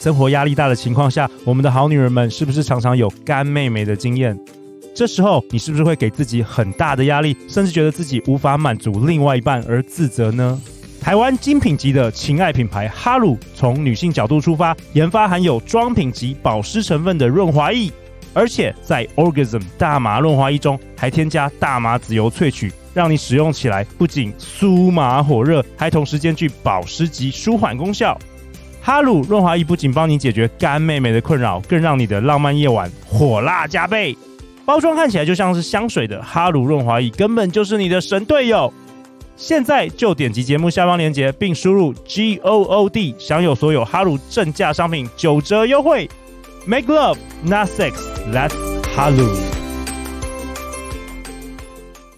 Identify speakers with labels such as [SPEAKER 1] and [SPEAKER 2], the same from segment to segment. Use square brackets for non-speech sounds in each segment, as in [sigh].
[SPEAKER 1] 生活压力大的情况下，我们的好女人们是不是常常有干妹妹的经验？这时候你是不是会给自己很大的压力，甚至觉得自己无法满足另外一半而自责呢？台湾精品级的情爱品牌哈鲁，从女性角度出发，研发含有妆品级保湿成分的润滑液，而且在 Orgasm 大麻润滑液中还添加大麻籽油萃取，让你使用起来不仅酥麻火热，还同时兼具保湿及舒缓功效。哈鲁润滑液不仅帮你解决干妹妹的困扰，更让你的浪漫夜晚火辣加倍。包装看起来就像是香水的哈鲁润滑液，根本就是你的神队友。现在就点击节目下方链接，并输入 G O O D，享有所有哈鲁正价商品九折优惠。Make love, not sex. That's 哈鲁。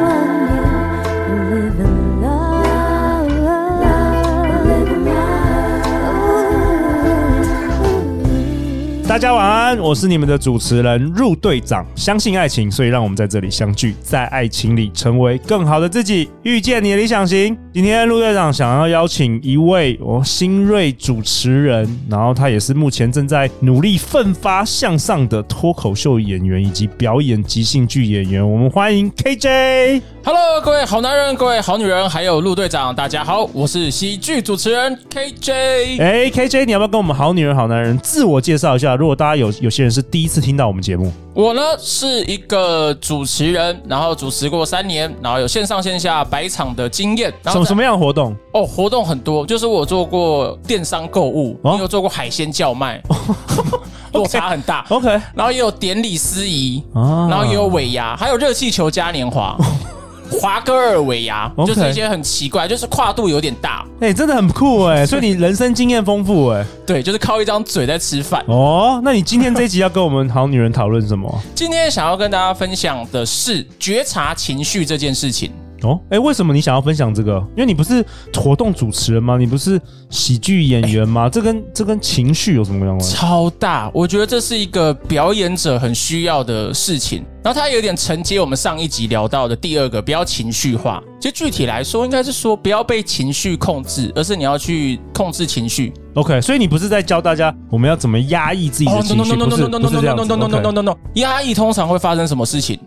[SPEAKER 2] one you live in love, live in love.
[SPEAKER 1] 大家晚安，我是你们的主持人陆队长。相信爱情，所以让我们在这里相聚，在爱情里成为更好的自己，遇见你的理想型。今天陆队长想要邀请一位哦新锐主持人，然后他也是目前正在努力奋发向上的脱口秀演员以及表演即兴剧演员。我们欢迎 KJ。
[SPEAKER 3] Hello，各位好男人，各位好女人，还有陆队长，大家好，我是喜剧主持人 KJ。
[SPEAKER 1] 哎，KJ，你要不要跟我们好女人、好男人自我介绍一下？如果大家有有些人是第一次听到我们节目，
[SPEAKER 3] 我呢是一个主持人，然后主持过三年，然后有线上线下百场的经验。
[SPEAKER 1] 什
[SPEAKER 3] 然后
[SPEAKER 1] 么
[SPEAKER 3] 在
[SPEAKER 1] 什么样的活动？
[SPEAKER 3] 哦，活动很多，就是我做过电商购物，
[SPEAKER 1] 哦
[SPEAKER 3] 也有做过海鲜叫卖， [laughs] 落差很大。
[SPEAKER 1] OK
[SPEAKER 3] 然后也有典礼司仪，
[SPEAKER 1] 啊
[SPEAKER 3] 然后也有尾牙，还有热气球嘉年华，华哥尔尾牙，
[SPEAKER 1] 哦 OK
[SPEAKER 3] 就是一些很奇怪，就是跨度有点大。
[SPEAKER 1] 哎、真的很酷哎、所以你人生经验丰富
[SPEAKER 3] [laughs]
[SPEAKER 1] 哎、
[SPEAKER 3] 对，就是靠一张嘴在吃饭。
[SPEAKER 1] 哦，那你今天这一集要跟我们好女人讨论什么？
[SPEAKER 3] 今天想要跟大家分享的是觉察情绪这件事情。
[SPEAKER 1] 哦，哎、为什么你想要分享这个？因为你不是活动主持人吗？你不是喜剧演员
[SPEAKER 3] 哎
[SPEAKER 1] 吗？这跟这跟情绪有什么关系？
[SPEAKER 3] 超大，我觉得这是一个表演者很需要的事情。然后它有点承接我们上一集聊到的第二个，不要情绪化。其实具体来说，应该是说不要被情绪控制，而是你要去控制情绪。
[SPEAKER 1] OK，所以你不是在教大家我们要怎么压抑自己
[SPEAKER 3] 哦
[SPEAKER 1] 的情绪，不是不是这样子
[SPEAKER 3] no
[SPEAKER 1] ，OK，
[SPEAKER 3] no no！压抑通常会发生什么事情？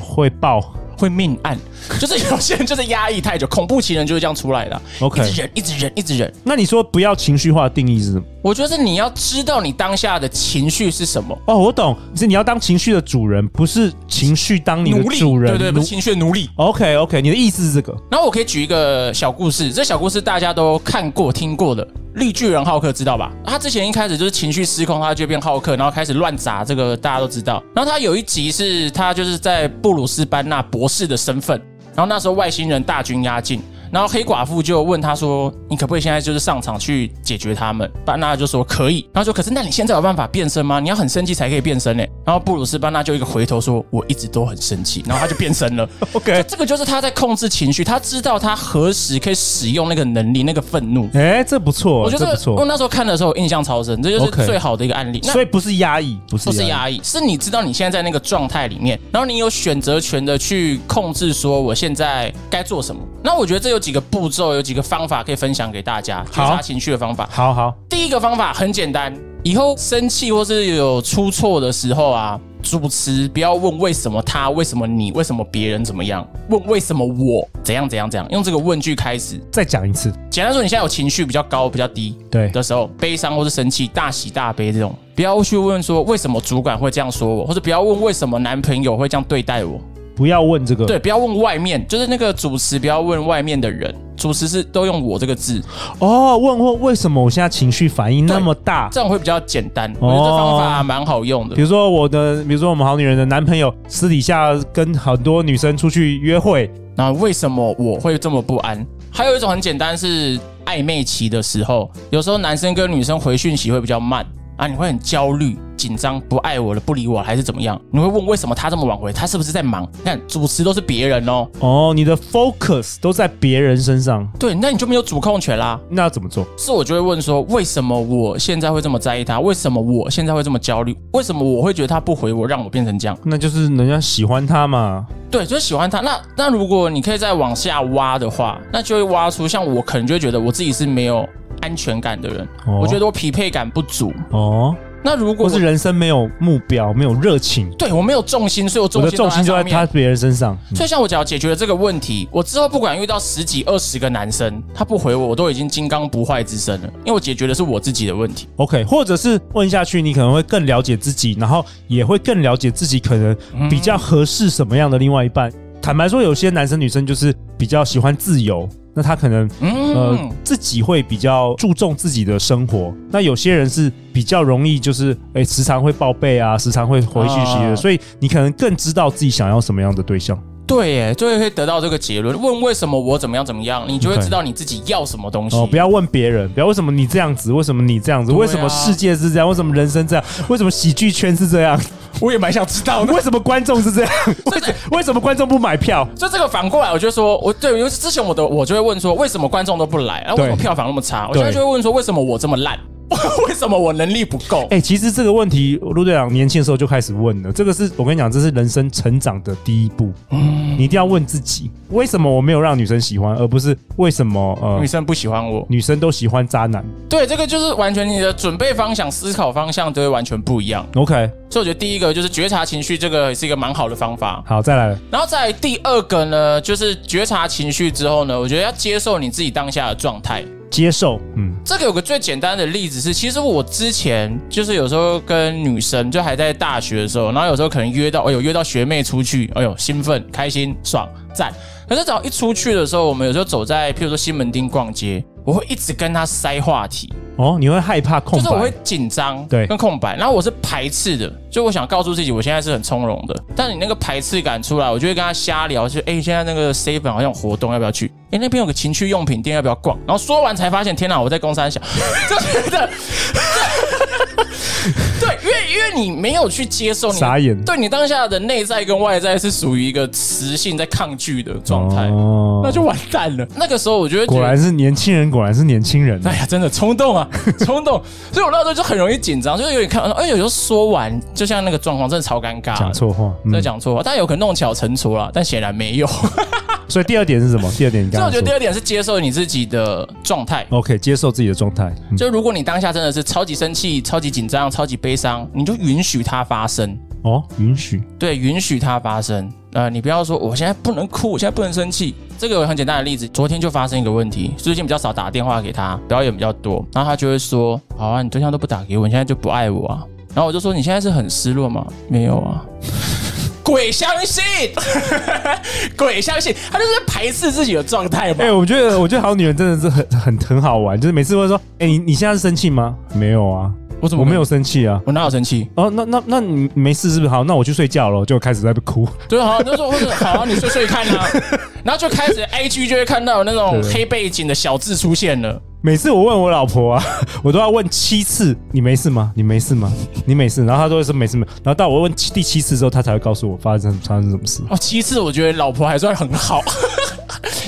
[SPEAKER 1] 会爆
[SPEAKER 3] 会命案， [laughs] 就是有些人就是压抑太久，恐怖情人就是这样出来的，啊
[SPEAKER 1] OK
[SPEAKER 3] 一。直忍，一直忍，一直忍。
[SPEAKER 1] 那你说不要情绪化的定义是什么？
[SPEAKER 3] 我觉得你要知道你当下的情绪是什么，
[SPEAKER 1] 哦，我懂，是你要当情绪的主人，不是情绪当你的
[SPEAKER 3] 奴隶，
[SPEAKER 1] 主人。
[SPEAKER 3] 对对，不是情绪的奴隶。
[SPEAKER 1] OK OK，你的意思是这个？
[SPEAKER 3] 然后我可以举一个小故事，这小故事大家都看过、听过的。绿巨人浩克知道吧？他之前一开始就是情绪失控，他就变浩克，然后开始乱砸，这个大家都知道。然后他有一集是他就是在布鲁斯班纳博士的身份，然后那时候外星人大军压境，然后黑寡妇就问他说：“你可不可以现在就是上场去解决他们？”班纳就说：“可以。”然后说：“可是那你现在有办法变身吗？你要很生气才可以变身呢。”然后布鲁斯班纳就一个回头说：“我一直都很生气。”然后他就变身了。
[SPEAKER 1] OK
[SPEAKER 3] 就这个就是他在控制情绪，他知道他何时可以使用那个能力、那个愤怒。
[SPEAKER 1] 哎、这不错，
[SPEAKER 3] 我觉
[SPEAKER 1] 这
[SPEAKER 3] 得
[SPEAKER 1] 不错。
[SPEAKER 3] 我那时候看的时候印象超深，这就是
[SPEAKER 1] OK
[SPEAKER 3] 最好的一个案例。那
[SPEAKER 1] 所以不啊是压抑，不是
[SPEAKER 3] 不是压抑，是你知道你现在在那个状态里面，然后你有选择权的去控制，说我现在该做什么。那我觉得这有几个步骤，有几个方法可以分享给大家，觉察情绪的方法。
[SPEAKER 1] 好好
[SPEAKER 3] 第一个方法很简单，以后生气或是有出错的时候啊，主持不要问为什么他、为什么你、为什么别人怎么样，问为什么我怎样怎样怎样，用这个问句开始。
[SPEAKER 1] 再讲一次。
[SPEAKER 3] 简单说，你现在有情绪比较高、比较低
[SPEAKER 1] 对
[SPEAKER 3] 的时候，悲伤或是生气、大喜大悲这种，不要去问说为什么主管会这样说我，或者不要问为什么男朋友会这样对待我。
[SPEAKER 1] 不要问这个。
[SPEAKER 3] 对，不要问外面，就是那个主持，不要问外面的人，主持是都用我这个字，
[SPEAKER 1] 哦，问问为什么我现在情绪反应那么大？
[SPEAKER 3] 这样会比较简单。我觉得这方法蛮好用的
[SPEAKER 1] 比。如说我的，比如说我们好女人的男朋友私底下跟很多女生出去约会，
[SPEAKER 3] 那为什么我会这么不安？还有一种很简单是暧昧期的时候，有时候男生跟女生回讯息会比较慢啊，你会很焦虑，紧张、不爱我了、不理我了还是怎么样？你会问为什么他这么晚回？他是不是在忙？你看主持都是别人哦，
[SPEAKER 1] 哦，你的 focus 都在别人身上，
[SPEAKER 3] 对，那你就没有主控权啦。
[SPEAKER 1] 那要怎么做？
[SPEAKER 3] 是我就会问说，为什么我现在会这么在意他？为什么我现在会这么焦虑？为什么我会觉得他不回我，让我变成这样？
[SPEAKER 1] 那就是人家喜欢他嘛。
[SPEAKER 3] 对，就是喜欢他。那那如果你可以再往下挖的话，那就会挖出像我可能就会觉得我自己是没有安全感的人，
[SPEAKER 1] 哦
[SPEAKER 3] 我觉得我匹配感不足。
[SPEAKER 1] 哦，
[SPEAKER 3] 那如果
[SPEAKER 1] 或
[SPEAKER 3] 我
[SPEAKER 1] 是人生没有目标，没有热情，
[SPEAKER 3] 对我没有重心，所以我重
[SPEAKER 1] 我的
[SPEAKER 3] 心
[SPEAKER 1] 重心就在
[SPEAKER 3] 在
[SPEAKER 1] 他
[SPEAKER 3] 他。
[SPEAKER 1] 别人身上。嗯
[SPEAKER 3] 所以像我只要解决了这个问题，我之后不管遇到十几二十个男生，他不回我，我都已经金刚不坏之身了，因为我解决的是我自己的问题。
[SPEAKER 1] OK，或者是问下去，你可能会更了解自己，然后也会更了解自己可能
[SPEAKER 3] 嗯
[SPEAKER 1] 比较合适什么样的另外一半。坦白说，有些男生女生就是比较喜欢自由，那他可能
[SPEAKER 3] 嗯，
[SPEAKER 1] 呃、自己会比较注重自己的生活。那有些人是比较容易就是诶、时常会报备啊，时常会回讯息的，
[SPEAKER 3] 啊
[SPEAKER 1] 所以你可能更知道自己想要什么样的对象。
[SPEAKER 3] 对耶，就会得到这个结论。问为什么我怎么样怎么样，你就会
[SPEAKER 1] OK
[SPEAKER 3] 知道你自己要什么东西。
[SPEAKER 1] 哦，不要问别人，不要为什么你这样子，为什么你这样子，
[SPEAKER 3] 对啊
[SPEAKER 1] 为什么世界是这样，为什么人生这样，为什么喜剧圈是这样，
[SPEAKER 3] 我也蛮想知道的。
[SPEAKER 1] 为什么观众是这样，
[SPEAKER 3] [laughs] 所以这，
[SPEAKER 1] 为什么观众不买票？
[SPEAKER 3] 所以这个反过来，我就说，我对，因为之前我的我就会问说，为什么观众都不来？啊，为
[SPEAKER 1] 对
[SPEAKER 3] 什么票房那么差？我
[SPEAKER 1] 对
[SPEAKER 3] 现在就会问说，为什么我这么烂？ [laughs] 为什么我能力不够？
[SPEAKER 1] 哎、其实这个问题，陆队长年轻的时候就开始问了。这个是我跟你讲，这是人生成长的第一步。
[SPEAKER 3] 嗯
[SPEAKER 1] 你一定要问自己，为什么我没有让女生喜欢，而不是为什么呃
[SPEAKER 3] 女生不喜欢我，
[SPEAKER 1] 女生都喜欢渣男
[SPEAKER 3] 对，这个就是完全你的准备方向、思考方向都会完全不一样。
[SPEAKER 1] ？OK，
[SPEAKER 3] 所以我觉得第一个就是觉察情绪，这个也是一个蛮好的方法。
[SPEAKER 1] 好，再来了。
[SPEAKER 3] 然后再来第二个呢，就是觉察情绪之后呢，我觉得要接受你自己当下的状态。
[SPEAKER 1] 接受，嗯，
[SPEAKER 3] 这个有个最简单的例子是，其实我之前就是有时候跟女生，就还在大学的时候，然后有时候可能约到，哎呦约到学妹出去，哎呦兴奋、开心、爽、赞。可是只要一出去的时候，我们有时候走在譬如说西门町逛街，我会一直跟她塞话题，
[SPEAKER 1] 哦，你会害怕
[SPEAKER 3] 就
[SPEAKER 1] 空
[SPEAKER 3] 是
[SPEAKER 1] 白，
[SPEAKER 3] 我会紧张，
[SPEAKER 1] 对
[SPEAKER 3] 跟空白。然后我是排斥的，就我想告诉自己，我现在是很从容的。但你那个排斥感出来，我就会跟他瞎聊，就哎、现在那个 seven 好像有活动，要不要去？哎、那边有个情趣用品店，要不要逛？然后说完才发现，天哪，我在公山小， [laughs] 就觉得，对，因为因为你没有去接受你
[SPEAKER 1] 傻眼
[SPEAKER 3] 对你当下的内在跟外在是属于一个磁性在抗拒的状态，
[SPEAKER 1] 哦
[SPEAKER 3] 那就完蛋了。那个时候我就会觉得
[SPEAKER 1] 果然是年轻人，果然是年轻人。
[SPEAKER 3] [laughs] 哎呀，真的冲
[SPEAKER 1] [laughs]
[SPEAKER 3] 动啊，冲动！所以我那时候就很容易紧张，就是有点看，哎，有时候说完，就像那个状况，真的超尴尬。
[SPEAKER 1] 讲，错话，
[SPEAKER 3] 在
[SPEAKER 1] 嗯，
[SPEAKER 3] 讲错话，但有可能弄巧成拙了，但显然没
[SPEAKER 1] [laughs]
[SPEAKER 3] 有。所
[SPEAKER 1] 所以第二点是什么？第二点你
[SPEAKER 3] 以
[SPEAKER 1] 刚
[SPEAKER 3] 我
[SPEAKER 1] 刚
[SPEAKER 3] 觉得
[SPEAKER 1] 说
[SPEAKER 3] 第二点是接受你自己的状态。
[SPEAKER 1] ，OK，接受自己的状态，嗯
[SPEAKER 3] 就如果你当下真的是超级生气、超级紧张、超级悲伤，你就允许它发生，
[SPEAKER 1] 哦，允许，
[SPEAKER 3] 对，允许它发生。呃，你不要说我现在不能哭，我现在不能生气。这个有很简单的例子，昨天就发生一个问题，最近比较少打电话给他，表演比较多，然后他就会说：“好啊，你对象都不打给我，你现在就不爱我啊。”然后我就说：“你现在是很失落吗？”没有
[SPEAKER 1] [laughs]
[SPEAKER 3] 啊。鬼相信， [laughs] 鬼相信，他就是在排斥自己的状态嘛。
[SPEAKER 1] 哎、我觉得我觉得好女人真的是很很很好玩，就是每次会说，哎、你你现在是生气吗？没有啊，
[SPEAKER 3] 我怎么
[SPEAKER 1] 我没有，生气啊。
[SPEAKER 3] 我哪有生气？
[SPEAKER 1] 哦，那那那你没事是不是？好，那我去睡觉了，就开始在那边哭。 [laughs]
[SPEAKER 3] 对，好，就说或者好啊，你睡睡看啊，然后就开始 A G 就会看到有那种
[SPEAKER 1] 对
[SPEAKER 3] 黑背景的小字出现了。
[SPEAKER 1] 每次我问我老婆啊，我都要问七次，你没事吗？你没事吗？你没事？然后她都会说没事没事。然后到我问七第七次之后，她才会告诉我发生发生什么事。
[SPEAKER 3] 哦，其次我觉得老婆还算很好，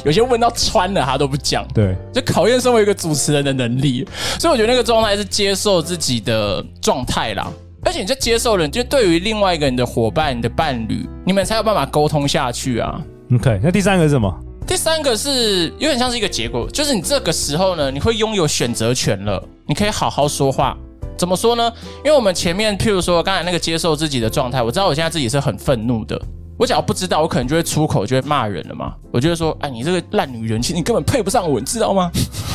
[SPEAKER 3] 有些问到穿了她都不讲，
[SPEAKER 1] 对，
[SPEAKER 3] 就考验身为一个主持人的能力。所以我觉得那个状态是接受自己的状态啦，而且你在接受了，你就对于另外一个你的伙伴、你的伴侣，你们才有办法沟通下去啊。
[SPEAKER 1] OK，那第三个是什么？
[SPEAKER 3] 第三个是有点像是一个结果，就是你这个时候呢，你会拥有选择权了，你可以好好说话。怎么说呢？因为我们前面譬如说刚才那个接受自己的状态，我知道我现在自己是很愤怒的。我只要不知道，我可能就会出口，就会骂人了嘛。我就会说：“哎，你这个烂女人，其实你根本配不上我，你知道吗？”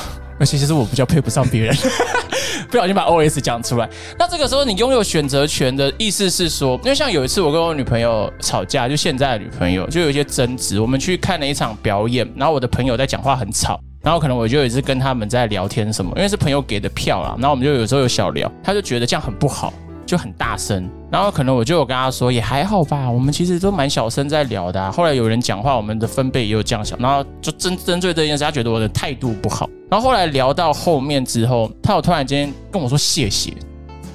[SPEAKER 3] [laughs] 而且其实我比较配不上别人， [laughs] 不小心把 OS 讲出来。那这个时候你拥有选择权的意思是说，因为像有一次我跟我女朋友吵架，就现在的女朋友就有一些争执，我们去看了一场表演，然后我的朋友在讲话很吵。然后可能我就有一次跟他们在聊天什么，因为是朋友给的票啦，然后我们就有时候有小聊，他就觉得这样很不好，就很大声。然后可能我就有跟他说，也还好吧，我们其实都蛮小声在聊的、啊。后来有人讲话，我们的分贝也有降小，然后就针针对这件事，他觉得我的态度不好。然后后来聊到后面之后，他有突然间跟我说谢谢，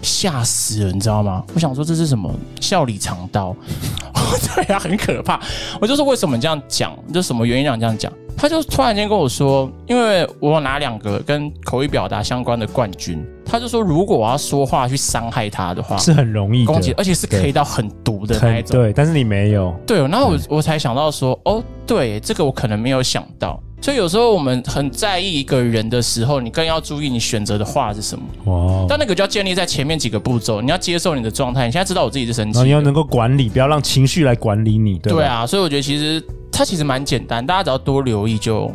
[SPEAKER 3] 吓死了，你知道吗？我想说这是什么笑里藏刀， [laughs] 对呀、很可怕。我就说为什么你这样讲，就什么原因让你这样讲？他就突然间跟我说，因为我有拿两个跟口语表达相关的冠军，他就说如果我要说话去伤害他的话，
[SPEAKER 1] 是很容易的，
[SPEAKER 3] 啊攻击，而且是 K 到很毒的那一
[SPEAKER 1] 很
[SPEAKER 3] 种。
[SPEAKER 1] 对，但是你没有，
[SPEAKER 3] 对，然后我我才想到说，哦，对，这个我可能没有想到。所以有时候我们很在意一个人的时候，你更要注意你选择的话是什么。
[SPEAKER 1] 哇。哦
[SPEAKER 3] 但那个就要建立在前面几个步骤，你要接受你的状态。你现在知道我自己是生
[SPEAKER 1] 然后哦
[SPEAKER 3] 气
[SPEAKER 1] 你要
[SPEAKER 3] 的，
[SPEAKER 1] 能够管理，不要让情绪来管理你，对吧？
[SPEAKER 3] 对啊。所以我觉得其实它其实蛮简单，大家只要多留意就，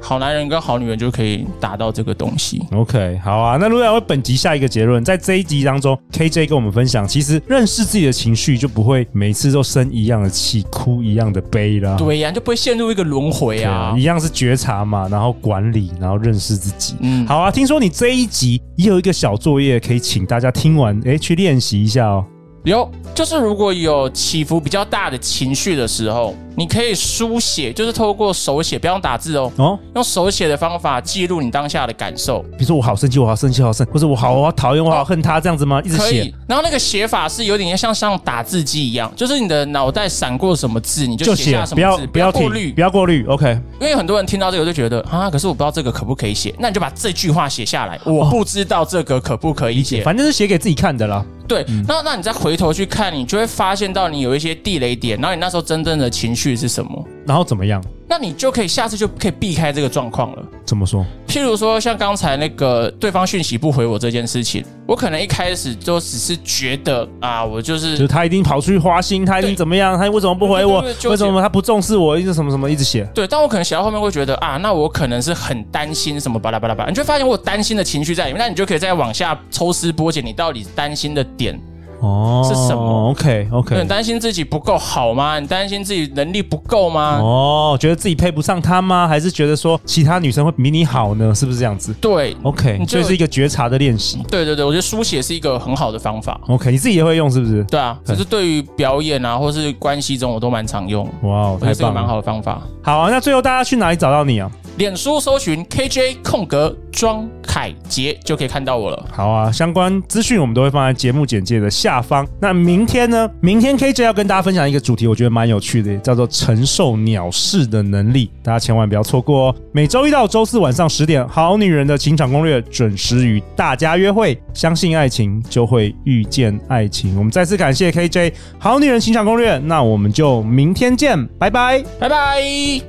[SPEAKER 3] 好男人跟好女人就可以达到这个东西。
[SPEAKER 1] OK，好啊。那如果要为本集下一个结论，在这一集当中，KJ 跟我们分享，其实认识自己的情绪，就不会每次都生一样的气，哭一样的悲啦。
[SPEAKER 3] 对啊呀、你就不会陷入一个轮回
[SPEAKER 1] 啊对啊
[SPEAKER 3] 啊
[SPEAKER 1] 一。样是觉察嘛，然后管理，然后认识自己。
[SPEAKER 3] 嗯，
[SPEAKER 1] 好啊，听说你这一集也有一个小作业，可以请大家听完，诶，去练习一下哦。
[SPEAKER 3] 有，就是如果有起伏比较大的情绪的时候，你可以书写，就是透过手写，不要用打字哦，
[SPEAKER 1] 哦，
[SPEAKER 3] 用手写的方法记录你当下的感受，
[SPEAKER 1] 比如说我好生气，我好生气，我好生，或者我好我好讨厌，我好恨他，这样子吗？一直
[SPEAKER 3] 可
[SPEAKER 1] 写
[SPEAKER 3] 以。啊然后那个写法是有点像像打字机一样，就是你的脑袋闪过什么字，你就写下什
[SPEAKER 1] 不
[SPEAKER 3] 么
[SPEAKER 1] 要
[SPEAKER 3] 字，
[SPEAKER 1] 不要
[SPEAKER 3] 过
[SPEAKER 1] 停，
[SPEAKER 3] 滤
[SPEAKER 1] 不。要过滤。OK，
[SPEAKER 3] 因为很多人听到这个就觉得啊，可是我不知道这个可不可以写，那你就把这句话写下来，我不知道这个可不可以写。
[SPEAKER 1] 反正是写给自己看的啦。
[SPEAKER 3] 对，
[SPEAKER 1] 嗯
[SPEAKER 3] 那那你再回头去看，你就会发现到你有一些地雷点，然后你那时候真正的情绪是什么。
[SPEAKER 1] 然后怎么样？
[SPEAKER 3] 那你就可以下次就可以避开这个状况了。
[SPEAKER 1] 怎么说？
[SPEAKER 3] 譬如说，像刚才那个对方讯息不回我这件事情，我可能一开始就只是觉得啊，我就
[SPEAKER 1] 就是
[SPEAKER 3] 是
[SPEAKER 1] 他一定跑出去花心，他一定
[SPEAKER 3] 对
[SPEAKER 1] 怎么样？他为什么不回我？
[SPEAKER 3] 对对对纠结
[SPEAKER 1] 为什么他不重视我？一直什么什么，一直写。
[SPEAKER 3] 对，但我可能写到后面会觉得啊，那我可能是很担心什么巴拉巴拉巴拉，你就会发现我有担心的情绪在里面，那你就可以再往下抽丝剥茧，你到底担心的点，
[SPEAKER 1] 哦，
[SPEAKER 3] 是什么
[SPEAKER 1] ？OK
[SPEAKER 3] 你
[SPEAKER 1] OK。
[SPEAKER 3] 担心自己不够好吗？你担心自己能力不够吗？
[SPEAKER 1] 哦，觉得自己配不上他吗？还是觉得说其他女生会比你好呢？是不是这样子
[SPEAKER 3] 对，
[SPEAKER 1] ？OK，
[SPEAKER 3] 你
[SPEAKER 1] 所
[SPEAKER 3] 就
[SPEAKER 1] 以是一个觉察的练习。
[SPEAKER 3] 对对对，我觉得书写是一个很好的方法。
[SPEAKER 1] OK，你自己也会用是不是？
[SPEAKER 3] 对啊，只是对于表演啊，或是关系中，我都蛮常用。
[SPEAKER 1] 哇哦，
[SPEAKER 3] 我觉
[SPEAKER 1] 太
[SPEAKER 3] 得这个
[SPEAKER 1] 棒
[SPEAKER 3] 蛮
[SPEAKER 1] 了！
[SPEAKER 3] 好的方法。
[SPEAKER 1] 好啊，那最后大家去哪里找到你啊？
[SPEAKER 3] 脸书搜寻 KJ 空格庄凯杰就可以看到我了。
[SPEAKER 1] 好啊，相关资讯我们都会放在节目简介的下方。那明天呢？明天 KJ 要跟大家分享一个主题，我觉得蛮有趣的，叫做承受鸟事的能力，大家千万不要错过哦。每周一到周四晚上十点，《好女人的情场攻略》准时与大家约会。相信爱情，就会遇见爱情。我们再次感谢 KJ《好女人情场攻略》，那我们就明天见，拜拜。
[SPEAKER 3] 拜拜。